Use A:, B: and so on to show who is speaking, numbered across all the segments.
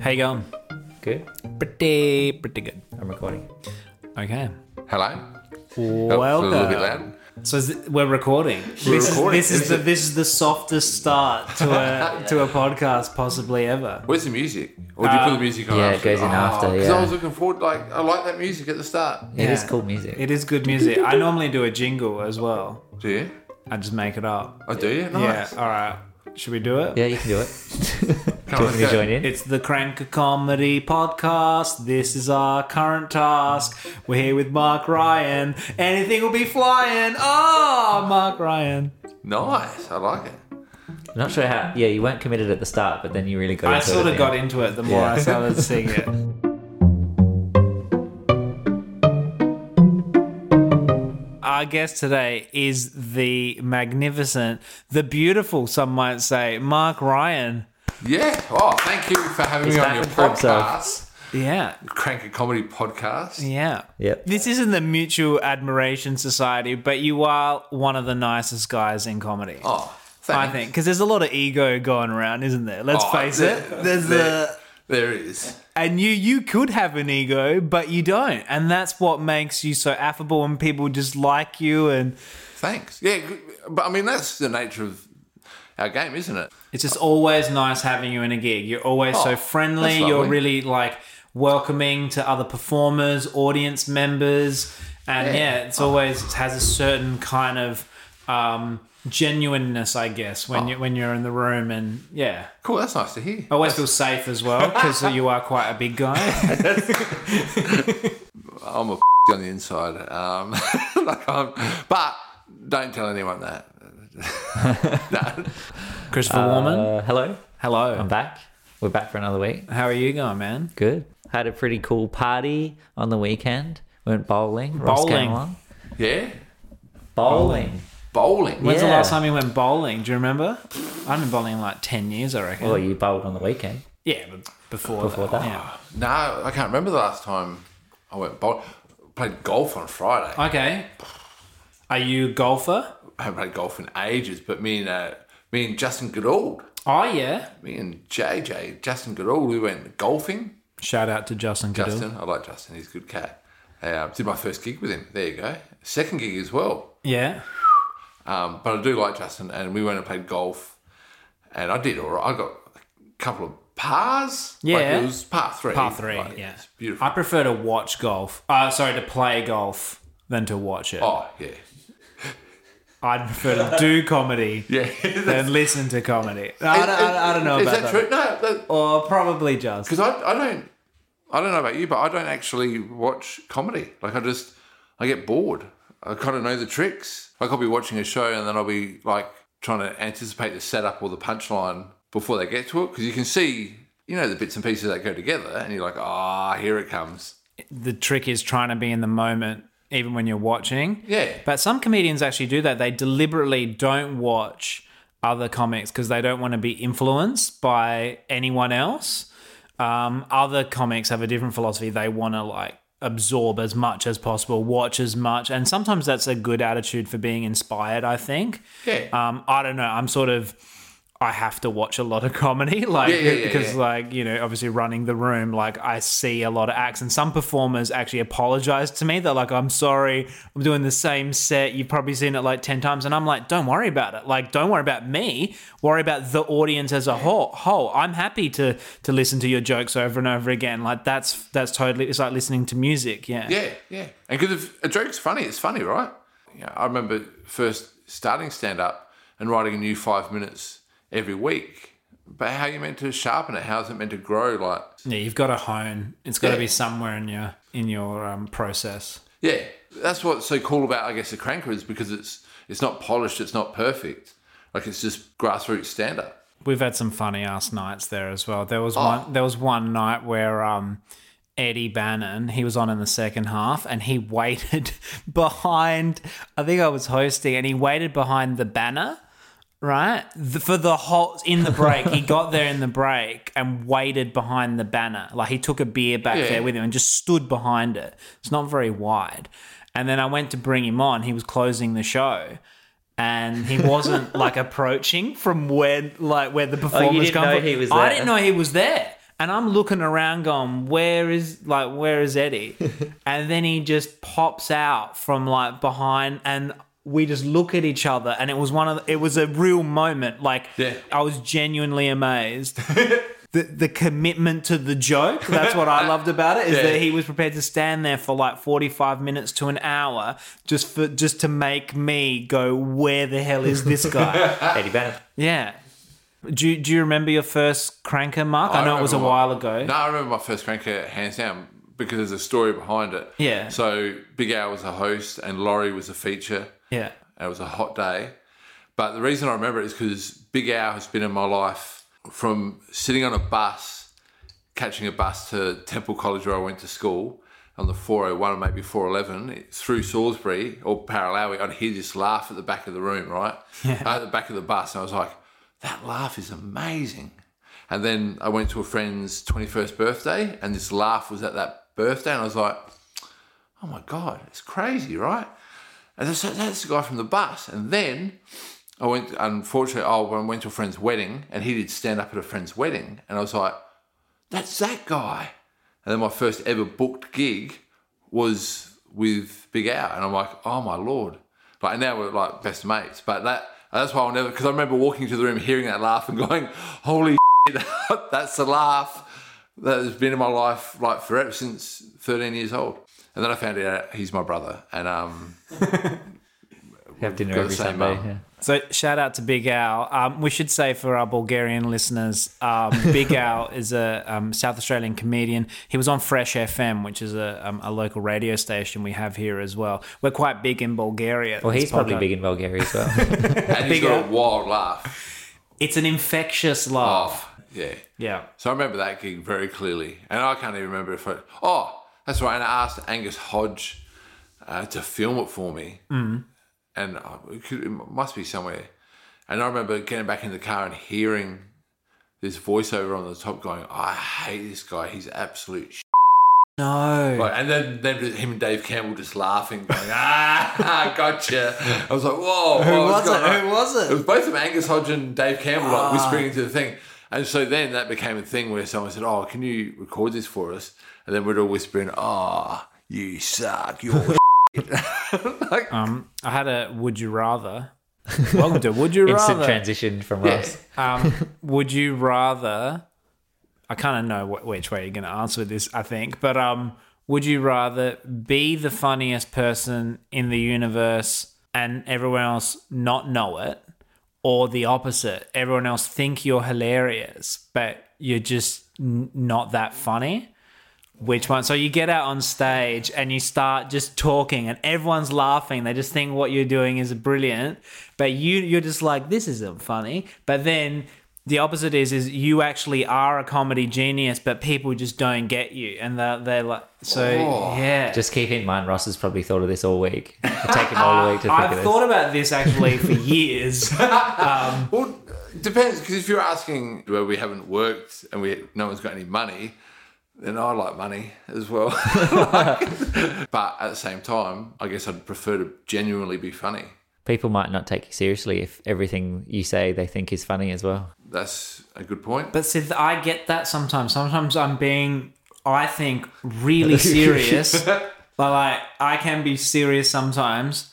A: How you going?
B: Good.
A: Pretty, pretty good.
B: I'm recording.
A: Okay.
C: Hello. Oh, it's a
A: Welcome.
C: little bit loud.
A: So is it- we're recording. this
C: recording.
A: Is, this is the this is the softest start to a to a podcast possibly ever.
C: Where's the music? Or do you put the music on?
B: Uh, yeah, it
C: after?
B: goes in after,
C: Because
B: yeah.
C: I was looking forward. Like I like that music at the start.
B: It is
A: Yeah.
B: cool music.
A: It is good music. I normally do a jingle as well.
C: Do you?
A: I just make it up.
C: I do. Yeah. Nice.
A: Yeah. All right. Should we do it?
B: yeah, you can do it.
C: Come
B: do you
C: on,
B: want me to
C: let's go.
B: join in?
A: It's the Cranker Comedy Podcast. This is our current task. We're here with Mark Ryan. Anything will be flying. Oh, Mark Ryan.
C: Nice. I like it.
B: I'm not sure how. Yeah, you weren't committed at the start, but then you really got.
A: I
B: into
A: sort
B: it
A: of got into it the more I
B: Yeah.
A: started seeing it. Our guest today is the magnificent, the beautiful, some might say, Mark Ryan.
C: Yeah. Oh, thank you for having
B: He's
C: me on
B: back
C: your
B: in for himself.
C: podcast,
A: Yeah,
C: Crank a Comedy Podcast.
A: yeah.
B: Yep.
A: This isn't the Mutual Admiration Society, but you are one of the nicest guys in comedy.
C: Oh,
A: I
C: thanks.
A: think, because there's a lot of ego going around, isn't there? Let's
C: Oh,
A: face
C: there-
A: it. There's
C: there-
A: the
C: There is.
A: and you you could have an ego but you don't and that's what makes you so affable and people just like you and
C: Thanks. Yeah. g- But I mean, that's the nature of our game, isn't it?
A: it's just always nice having you in a gig you're always so
C: Oh,
A: friendly
C: that's
A: you're
C: lovely.
A: really like welcoming to other performers audience members and yeah,
C: Yeah.
A: it's always it has a certain kind of um genuineness i guess
C: Oh.
A: when you when you're in the room and yeah
C: Cool. That's nice to hear.
A: I always feel safe as well because you are quite a big guy
C: I'm a on the inside. Um, like I'm, but don't tell anyone that. no.
A: christopher warman
B: Uh, hello,
A: hello
C: um,
B: I'm back. We're back for another week.
A: how are you going man
B: Good. Had a pretty cool party on the weekend. Went bowling. Ross
A: Bowling.
B: came along.
C: Yeah.
B: Bowling.
C: Bowling.
A: When's the
B: Yeah.
A: last time you went bowling? Do you remember? I haven't been bowling in like 10 years, I reckon.
B: Well, you bowled on the weekend.
A: yeah, but before,
B: Before
A: that.
B: that.
C: No, I can't remember the last time I went bowl. Played golf on Friday.
A: Yeah. Okay. Are you a golfer?
C: I haven't played golf in ages, but me and uh, me and Justin Goodall,
A: Oh, yeah.
C: me and JJ, Justin Goodall, we went golfing.
A: Shout out to Justin Goodall.
C: Justin, I like Justin. He's a good cat. Uh, did my first gig with him. There you go. Second gig as well.
A: Yeah.
C: Um, but I do like Justin, and we went and played golf, and I did all right. I got a couple of pars.
A: Yeah.
C: like it was par three.
A: Par three.
C: Like,
A: yeah.
C: it's beautiful.
A: I prefer to watch golf. Uh, sorry, to play golf than to watch it.
C: oh yeah,
A: I'd prefer to do comedy
C: yeah.
A: than listen to comedy. I, don't- I don't- I don't know
C: Is
A: about
C: that
A: that.
C: true? No, that,
A: Or probably just.
C: because I, I don't I don't know about you, but I don't actually watch comedy. Like I just I get bored. I kind of know the tricks. Like I'll be watching a show and then I'll be like trying to anticipate the setup or the punchline before they get to it because you can see you know the bits and pieces that go together and you're like ah here it comes.
A: the trick is trying to be in the moment even when you're watching.
C: Yeah.
A: But some comedians actually do that. They deliberately don't watch other comics because they don't want to be influenced by anyone else. Um, other comics have a different philosophy. They want to like absorb as much as possible, watch as much, and sometimes that's a good attitude for being inspired. I think.
C: Yeah.
A: Um, I don't know. I'm sort of. I have to watch a lot of comedy, like
C: Yeah, yeah, yeah,
A: because
C: yeah.
A: like you know obviously running the room like i see a lot of acts and some performers actually apologize to me they're like i'm sorry i'm doing the same set you've probably seen it like 10 times and i'm like don't worry about it like don't worry about me worry about the audience as a whole whole i'm happy to to listen to your jokes over and over again like that's that's totally it's like listening to music yeah
C: Yeah, yeah. And because if a joke's funny, it's funny, right? Yeah, I remember first starting stand up and writing a new five minutes every week. But how are you meant to sharpen it? How's it meant to grow? Like,
A: Yeah, you've got to hone it's got to
C: Yeah.
A: be somewhere in your in your um, process
C: yeah, that's what's so cool about, I guess, the cranker is because it's it's not polished, it's not perfect. Like it's just grassroots stand up.
A: We've had some funny ass nights there as well. There was one there was one night where um Eddie Bannon, he was on in the second half and he waited behind I think I was hosting and he waited behind the banner, right? The, for the whole in the break. he got there in the break and waited behind the banner. Like he took a beer back
C: Yeah.
A: there with him and just stood behind it. It's not very wide. And then I went to bring him on. He was closing the show and he wasn't like approaching from where like where the performers
B: Oh, didn't
A: come
B: know
A: from.
B: he was
A: I
B: there.
A: didn't know he was there. And I'm looking around going, where is like where is Eddie? and then he just pops out from like behind and we just look at each other and it was one of the, it was a real moment. Like
C: Yeah.
A: I was genuinely amazed. The, the commitment to the joke that's what i loved about it is
C: Yeah.
A: that he was prepared to stand there for like 45 minutes to an hour just for just to make me go where the hell is this guy
B: Eddie Bennett.
A: yeah. Do you, do you remember your first cranker, Mark? I, know it was a
C: remember
A: while
C: my-
A: ago.
C: No, I remember my first cranker hands down because there's a story behind it.
A: Yeah.
C: So Big Al was a host and Laurie was a feature.
A: Yeah.
C: And it was a hot day. But the reason I remember it is because Big Al has been in my life from sitting on a bus, catching a bus to Temple College where I went to school on the 401 or maybe 411 through Salisbury or Paralawi. I'd hear this laugh at the back of the room, right? At the back of the bus. And I was like, that laugh is amazing. And then I went to a friend's 21st birthday and this laugh was at that birthday. And I was like, oh my God, it's crazy, right? And that's, that's the guy from the bus. And then I went, unfortunately, oh, I went to a friend's wedding and he did stand up at a friend's wedding. And I was like, that's that guy. And then my first ever booked gig was with Big Al. And I'm like, oh my Lord. Like, and now we're like best mates. But that, that's why I'll never, because I remember walking into the room, hearing that laugh and going, holy shit, that's the laugh that has been in my life like forever since 13 years old. And then I found out he's my brother. And, um,
B: Have dinner
C: Got the
B: every
C: same
B: Sunday.
C: mum.
B: Yeah.
A: So shout out to Big Al. Um, we should say for our Bulgarian listeners, um, Big Al is a um, South Australian comedian. He was on Fresh FM, which is a, um, a local radio station we have here as well. We're quite big in Bulgaria.
B: Well, he's probably big in Bulgaria as well.
C: And he's got a wild laugh.
A: It's an infectious laugh.
C: Oh, yeah.
A: Yeah.
C: So I remember that gig very clearly. And I can't even remember if I. Oh, that's right. And I asked Angus Hodge uh, to film it for me. Mm. And I, it, could, it must be somewhere. And I remember getting back in the car and hearing this voiceover on the top going, I hate this guy. He's absolute shit.
A: No.
C: Right, and then, then him and Dave Campbell just laughing, going, ah, gotcha. I was like, whoa. Who
A: was it? Who was it? Ah.
C: It was both of them, Angus Hodge and Dave Campbell, like whispering into the thing. And so then that became a thing where someone said, oh, can you record this for us? And then we'd all whisper in, ah, you suck. You're like,
A: Um, I had a would you rather. Welcome to Would You
B: Instant
A: Rather.
B: transition from Ross.
A: Um, would you rather? I kind of know wh- which way you're going to answer this, I think, but um, would you rather be the funniest person in the universe and everyone else not know it, or the opposite? Everyone else think you're hilarious, but you're just n- not that funny. Which one? So you get out on stage and you start just talking, and everyone's laughing. They just think what you're doing is brilliant, but you you're just like this isn't funny. But then the opposite is is you actually are a comedy genius, but people just don't get you, and they're, they're like so
C: Oh.
A: yeah.
B: Just keep in mind, Ross has probably thought of this all week. It's taken all week to think of
A: I've
B: this.
A: thought about this actually for years.
C: well, it depends. Because if you're asking where we haven't worked and we no one's got any money, then I like money as well. but at the same time, I guess I'd prefer to genuinely be funny.
B: People might not take you seriously if everything you say they think is funny as well.
C: That's a good point.
A: But see, th- I get that sometimes. Sometimes I'm being, I think, really serious. but like, I can be serious sometimes,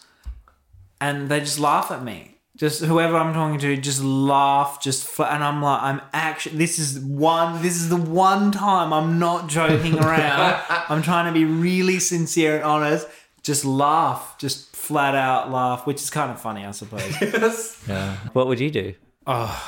A: and they just laugh at me. Just whoever I'm talking to, just laugh, just fl- and I'm like, I'm actually. This is one. This is the one time I'm not joking around. I'm trying to be really sincere and honest. Just laugh, just flat out laugh, which is kind of funny, I suppose.
B: Yeah. What would you do?
A: Oh,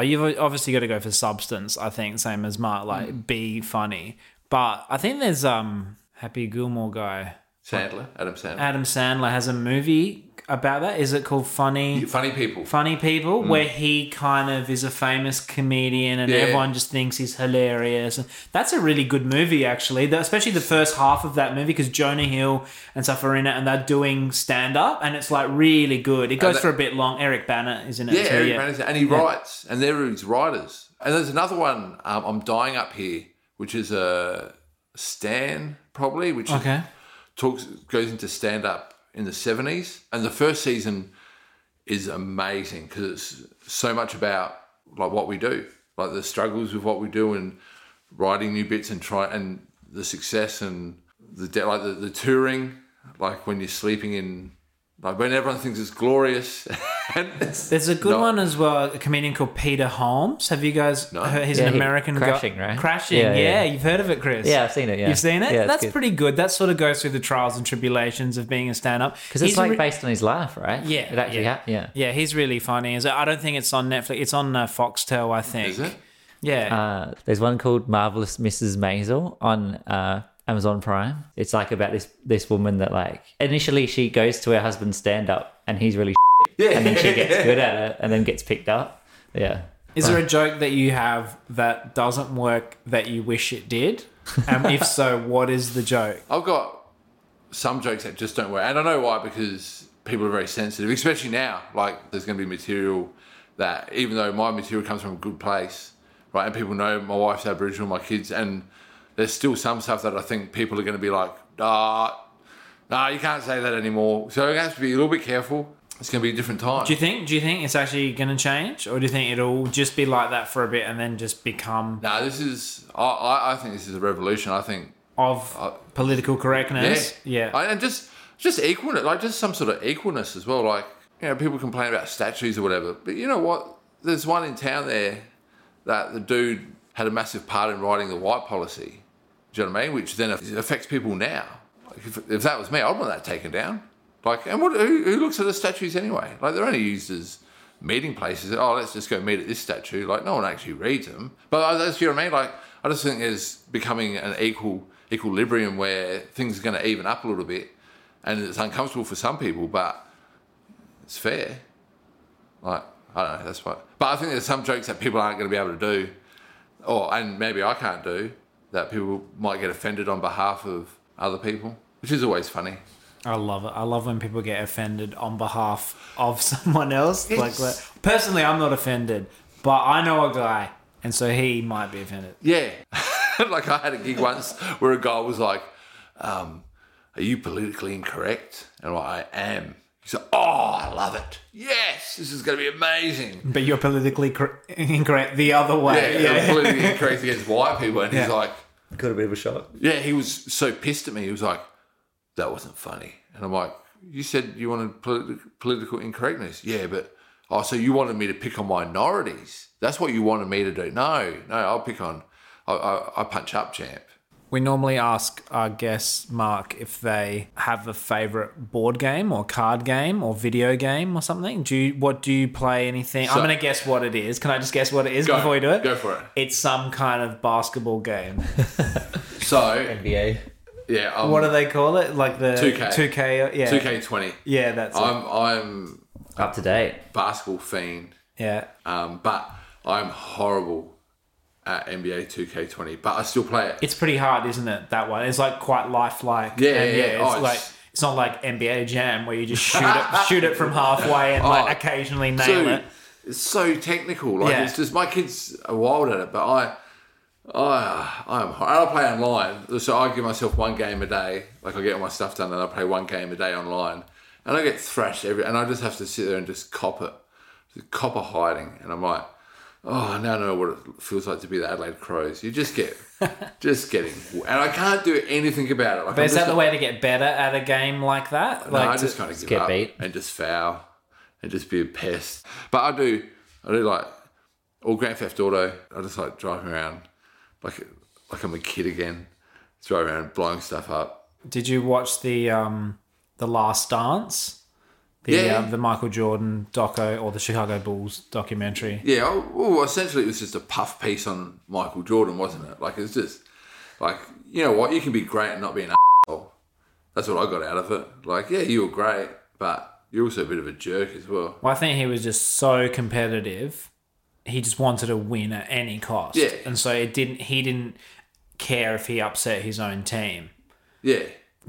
A: you've obviously got to go for substance, I think, same as Mark, like
C: Mm.
A: be funny. But I think there's um Happy Gilmore guy.
C: Sandler, Adam Sandler.
A: Adam Sandler has a movie about that. Is it called Funny
C: Funny people.
A: Funny People? Where he kind of is a famous comedian and
C: Mm. Yeah.
A: everyone just thinks he's hilarious. And that's a really good movie actually. The- especially the first half of that movie because Jonah Hill and stuff are in it and they're doing stand up and it's like really good. It goes
C: that-
A: for a bit long. Eric Banner is in it
C: Yeah,
A: too.
C: Eric
A: yeah.
C: Banner's- and he writes, and they're his writers. And there's another one, um, I'm Dying Up Here, which is a Stan, probably, which is
A: Okay.
C: talks goes into stand up in the 70s and the first season is amazing because it's so much about like what we do like the struggles with what we do and writing new bits and try and the success and the de- like the, the touring, like when you're sleeping in, like when everyone thinks it's glorious. and it's,
A: There's a good
C: No.
A: one as well, a comedian called Peter Holmes. Have you guys heard? He's
B: Yeah,
A: an
B: he-
A: American guy-
B: Crashing, right?
A: Crashing, yeah,
B: Yeah, yeah.
A: You've heard of it, Chris.
B: Yeah, I've seen it, yeah.
A: You've seen it?
B: Yeah, it's
A: That's
B: good.
A: pretty good. That sort of goes through the trials and tribulations of being a stand up.
B: Because it's like based on his life, right?
A: Yeah,
B: It actually
A: yeah.
B: happened. Yeah.
A: Yeah, he's really funny. Is it- I don't think it's on Netflix. It's on uh, Foxtel, I think.
C: is it?
A: Yeah.
B: Uh, there's one called Marvelous Mrs. Maisel on uh, Amazon Prime. It's like about this this woman that like initially she goes to her husband's stand up and he's really
C: Yeah.
B: and then she gets good at it and then gets picked up. Yeah.
A: Is there a joke that you have that doesn't work that you wish it did? And if so, what is the joke?
C: I've got some jokes that just don't work, and I know why because people are very sensitive, especially now. Like, there's going to be material that, even though my material comes from a good place, right, and people know my wife's Aboriginal, my kids, and there's still some stuff that I think people are going to be like, ah, nah, you can't say that anymore. So you have to be a little bit careful. It's going to be a different time.
A: Do you think? Do you think it's actually going to change, or do you think it'll just be like that for a bit and then just become
C: no, this is. I, I, I think this is a revolution. I think
A: of political
C: Uh, Yeah,
A: correctness? Yeah.
C: I, and just just equalness, like just some sort of equalness as well. Like you know, people complain about statues or whatever, but you know what? There's one in town there that the dude had a massive part in writing the white policy. Do you know what I mean? Which then affects people now. Like if, if that was me, I'd want that taken down. Like, and what? Who, who looks at the statues anyway? Like they're only used as meeting places. Oh, let's just go meet at this statue. Like no one actually reads them. But I- that's you know what I mean. Like I just think there's becoming an equal equilibrium where things are going to even up a little bit, and it's uncomfortable for some people, but it's fair. Like I don't know. That's what. But I think there's some jokes that people aren't going to be able to do or Oh, and maybe I can't do that people might get offended on behalf of other people, which is always funny.
A: I love it. I love when people get offended on behalf of someone else. Like,
C: Yes.
A: like- personally, I'm not offended, but I know a guy, and so he might be offended.
C: Yeah, like I had a gig once where a guy was like, um, "Are you politically incorrect?" And I'm like, I am. He said, "Oh, I love it. Yes, this is going to be amazing."
A: But you're politically cor- incorrect the other
C: Yeah,
A: way.
C: yeah, politically incorrect against white people, and he's
A: Yeah.
C: like,
B: Got a bit of a shock.
C: "Yeah." He was so pissed at me. He was like, "That wasn't funny," and I'm like, "You said you wanted politi- political incorrectness." Yeah, but oh, so you wanted me to pick on minorities? That's what you wanted me to do? No, no, I'll pick on. I, I, I punch up, champ.
A: We normally ask our guests, Mark, if they have a favorite board game or card game or video game or something. Do you, what do you play? Anything? I'm
C: So-
A: going to guess what it is. Can I just guess what it is
C: Go,
A: before we do it?
C: go for it.
A: It's some kind of basketball game.
C: So
B: NBA.
C: yeah, I'm
A: What do they call it? Like the
C: 2K.
A: 2K. Yeah.
C: two K twenty.
A: Yeah, that's it.
C: I'm I'm
B: Up to date.
C: basketball fiend,
A: Yeah.
C: um, but I'm horrible at NBA two K twenty. But I still play it.
A: It's pretty hard, isn't it? That one. It's like quite lifelike.
C: Yeah,
A: And
C: yeah,
A: It's
C: yeah. Oh,
A: like
C: it's-
A: it's not like NBA Jam where you just shoot it, shoot it from halfway and
C: Oh,
A: like occasionally nail
C: so,
A: it.
C: It's so technical. Like
A: Yeah.
C: it's just my kids are wild at it, but I, I, I'm. I play online, so I give myself one game a day. Like I get all my stuff done, and I play one game a day online, and I get thrashed every. And I just have to sit there and just cop it, just cop a hiding, and I'm like. Oh, now I know what it feels like to be the Adelaide Crows. You just get, just getting, and I can't do anything about it. Like,
A: But
C: I'm
A: is
C: just
A: that the
C: like-
A: way to get better at a game like that?
C: no,
A: Like
C: I
A: to-
C: just kind of give
B: get
C: up
B: beat.
C: and just foul and just be a pest. But I do, I do like all Grand Theft Auto. I just like driving around like like I'm a kid again, driving around blowing stuff up.
A: Did you watch the um the Last Dance? The,
C: Yeah.
A: um, the Michael Jordan doco or the Chicago Bulls documentary.
C: Yeah, oh, well, essentially it was just a puff piece on Michael Jordan, wasn't it? Like it's just like you know what, you can be great and not be an asshole. That's what I got out of it. Like yeah, you were great, but you're also a bit of a jerk as well.
A: Well, I think he was just so competitive. He just wanted to win at any cost.
C: Yeah.
A: And so it didn't he didn't care if he upset his own team.
C: Yeah.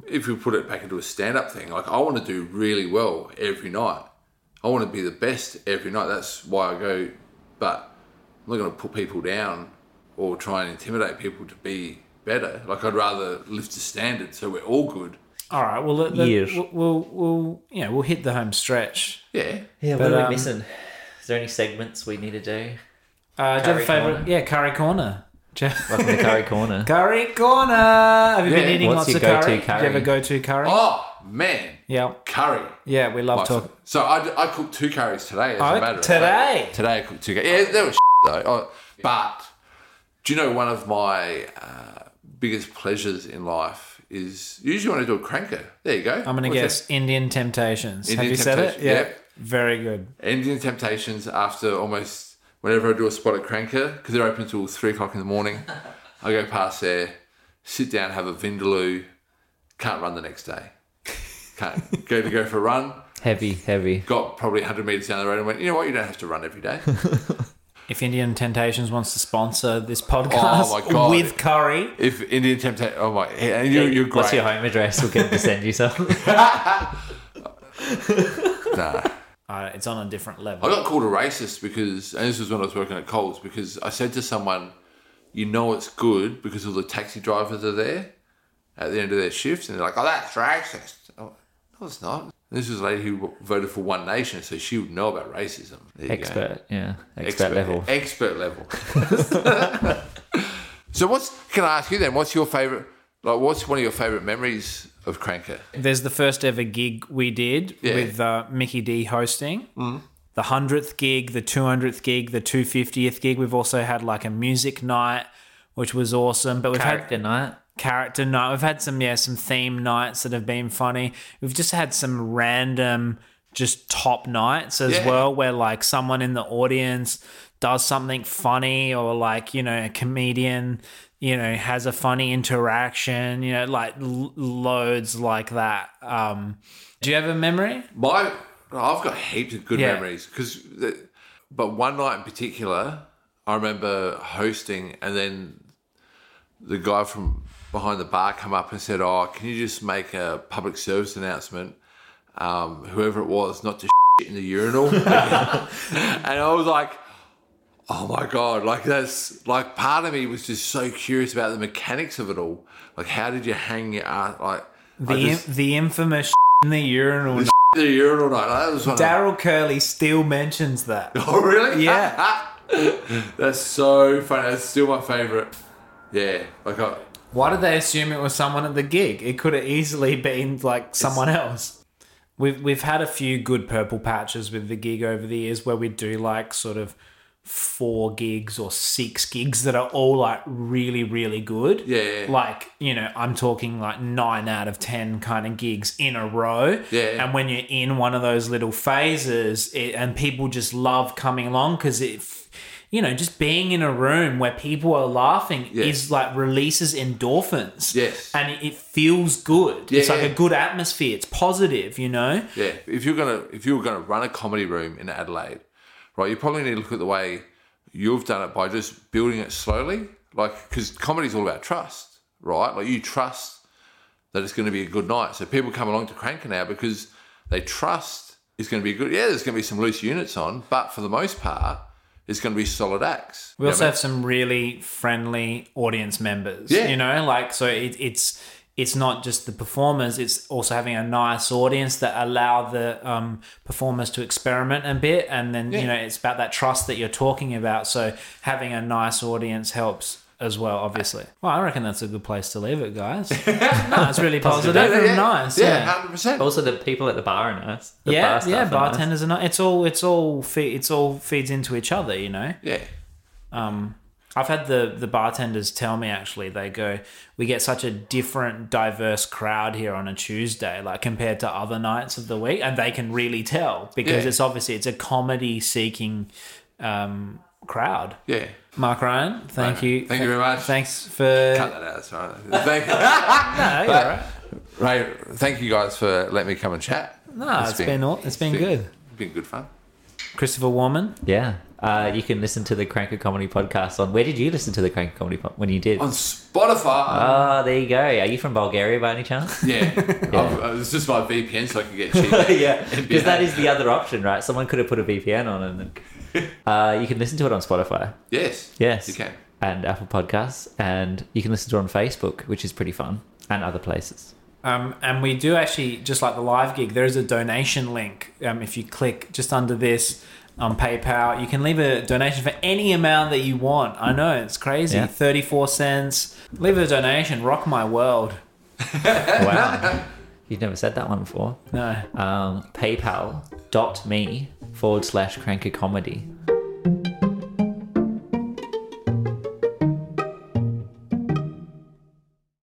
C: If you put it back into a stand up thing, like I want to do really well every night. I want to be the best every night. That's why I go, but I'm not going to put people down or try and intimidate people to be better. Like I'd rather lift the standard so we're all good.
A: All right. Well, let, let-
B: Yes.
A: we'll, we'll we'll you know we'll hit the home stretch.
C: Yeah.
B: Yeah, what are
A: um,
B: we missing? Is there any segments we need to do?
A: Uh, do you have a
B: Curry
A: favorite?
B: corner.
A: Yeah, curry corner. Jeff-
B: Welcome to Curry Corner.
A: curry corner. Have you
C: Yeah.
A: been eating
B: What's
A: lots
B: your
A: of curry?
B: go-to
A: Do
B: curry?
A: you have a go-to curry?
C: Oh man,
A: Yeah,
C: curry.
A: yeah. We love
C: Like,
A: talk.
C: So I, I cooked two curries today. As
A: Oh,
C: a matter of
A: today?
C: fact. today I cooked two. curries. Yeah, they were though. Oh, but do you know one of my uh, biggest pleasures in life is usually when I do a cranker. There you go.
A: I'm gonna
C: What's
A: guess Indian Temptations. have
C: Indian
A: you said it?
C: Temptation,
A: Yeah.
C: yep.
A: Very good.
C: that? Indian Temptations. After almost whenever I do a spot at cranker because they're open till three o'clock in the morning, I go past there, sit down, have a vindaloo. Can't run the next day. Can't go to go for a run.
B: Heavy, heavy.
C: Got probably 100 meters down the road and went, you know what? You don't have to run every day.
A: If Indian Temptations wants to sponsor this podcast
C: Oh my God.
A: with curry,
C: If Indian Temptation, oh my, and you, you're great.
B: What's your home address? We'll get them to send you some.
C: Nah.
A: uh, it's on a different level.
C: I got called a racist because, and this was when I was working at Coles, because I said to someone, you know it's good because all the taxi drivers are there at the end of their shifts, and they're like, oh, that's racist. Oh, no, it's not. This is a lady who w- voted for One Nation, so she would know about racism. There you go.
B: Expert, yeah. Expert, level.
C: Expert level. so what's, can I ask you then, what's your favourite, like what's one of your favourite memories of Cranker?
A: There's the first ever gig we did
C: Yeah. Mm-hmm.
A: with uh, Mickey D hosting. The hundredth gig, the two hundredth gig, the two fiftieth gig. We've also had like a music night, which was awesome. But we've had
B: Character night.
A: character night. We've had some yeah some theme nights that have been funny. We've just had some random just top nights as
C: Yeah.
A: well where like someone in the audience does something funny or like you know a comedian you know has a funny interaction you know like l- loads like that um do you have a memory
C: My, I've got heaps of good
A: Yeah.
C: memories 'cause memories because, but one night in particular, I remember hosting, and then the guy from behind the bar come up and said, "Oh, can you just make a public service announcement? Um, whoever it was, not to shit in the urinal." and I was like. Oh my god! Like that's like part of me was just so curious about the mechanics of it all. Like, how did you hang your ass? Like I
A: the
C: just-
A: in, the infamous in the urinal
C: the urinal night. That was one of-
A: daryl curley still mentions that
C: Oh, really?
A: Yeah.
C: That's so funny. That's still my favourite. Yeah. Like, uh, I,
A: Why did they assume it was someone at the gig? It could have easily been like someone else. We've we've had a few good purple patches with the gig over the years where we do like sort of four gigs or six gigs that are all like really really good.
C: Yeah.
A: Like, you know, I'm talking like 9 out of 10 kind of gigs in a row.
C: Yeah.
A: And when you're in one of those little phases it, and people just love coming along cuz it you know, just being in a room where people are laughing
C: Yeah.
A: is like releases endorphins.
C: Yes.
A: And it- it feels good.
C: Yeah,
A: it's like
C: yeah.
A: a good atmosphere. It's positive, you know?
C: yeah. If you're gonna, if you were gonna run a comedy room in Adelaide, right, you probably need to look at the way you've done it by just building it slowly. Like, because comedy's all about trust, right? Like, you trust that it's going to be a good night. So people come along to Cranker now because they trust it's going to be good. Yeah, there's going to be some loose units on, but for the most part, it's going to be solid acts.
A: We
C: You know
A: also
C: what I mean?
A: have some really friendly audience members.
C: Yeah.
A: You know, like so it, it's it's not just the performers, it's also having a nice audience that allow the um, performers to experiment a bit and then you know it's about that trust that you're talking about. So having a nice audience helps as well, obviously. Well, I reckon that's a good place to leave it, guys. no, it's really positive, and nice.
C: Yeah,
A: yeah.
C: hundred percent.
B: Also, the people at the bar are nice. The bar
A: yeah,
B: staff
A: yeah,
B: are nice.
A: bartenders are not. It's all, it's all, fe- it's all feeds into each other, you know.
C: Yeah.
A: I've had the the bartenders tell me actually they go we get such a different diverse crowd here on a Tuesday like compared to other nights of the week and they can really tell because
C: Yeah.
A: it's obviously it's a comedy seeking um, crowd.
C: Yeah.
A: Mark Ryan, thank
C: Right.
A: you.
C: Thank you very much.
A: Thanks for
C: Cut that out. That's all right. Thank,
A: no, you're all right.
C: Ray, thank you guys for letting me come and chat.
A: No, Ah, it's been all- it's been good.
C: Been good fun.
A: Christopher Warman.
B: Yeah. Uh, you can listen to the Cranker Comedy Podcast on. Where did you listen to the Cranker Comedy Podcast when you did?
C: On Spotify.
B: Oh, there you go. Are you from Bulgaria by any chance?
C: yeah. I've- uh, It's just my VPN so I can get cheap.
B: yeah, because that is the other option, right? Someone could have put a VPN on and then. Uh, you can listen to it on Spotify.
C: yes.
B: Yes.
C: You can.
B: And Apple Podcasts. And you can listen to it on Facebook, which is pretty fun, and other places.
A: Um, and we do actually, just like the live gig, there is a donation link. Um, if you click just under this, on PayPal. You can leave a donation for any amount that you want. I know it's crazy.
B: Yeah.
A: 34 cents. Leave a donation. Rock my world.
B: Wow. You've never said that one before.
A: No.
B: Um, PayPal.me forward slash cranker comedy.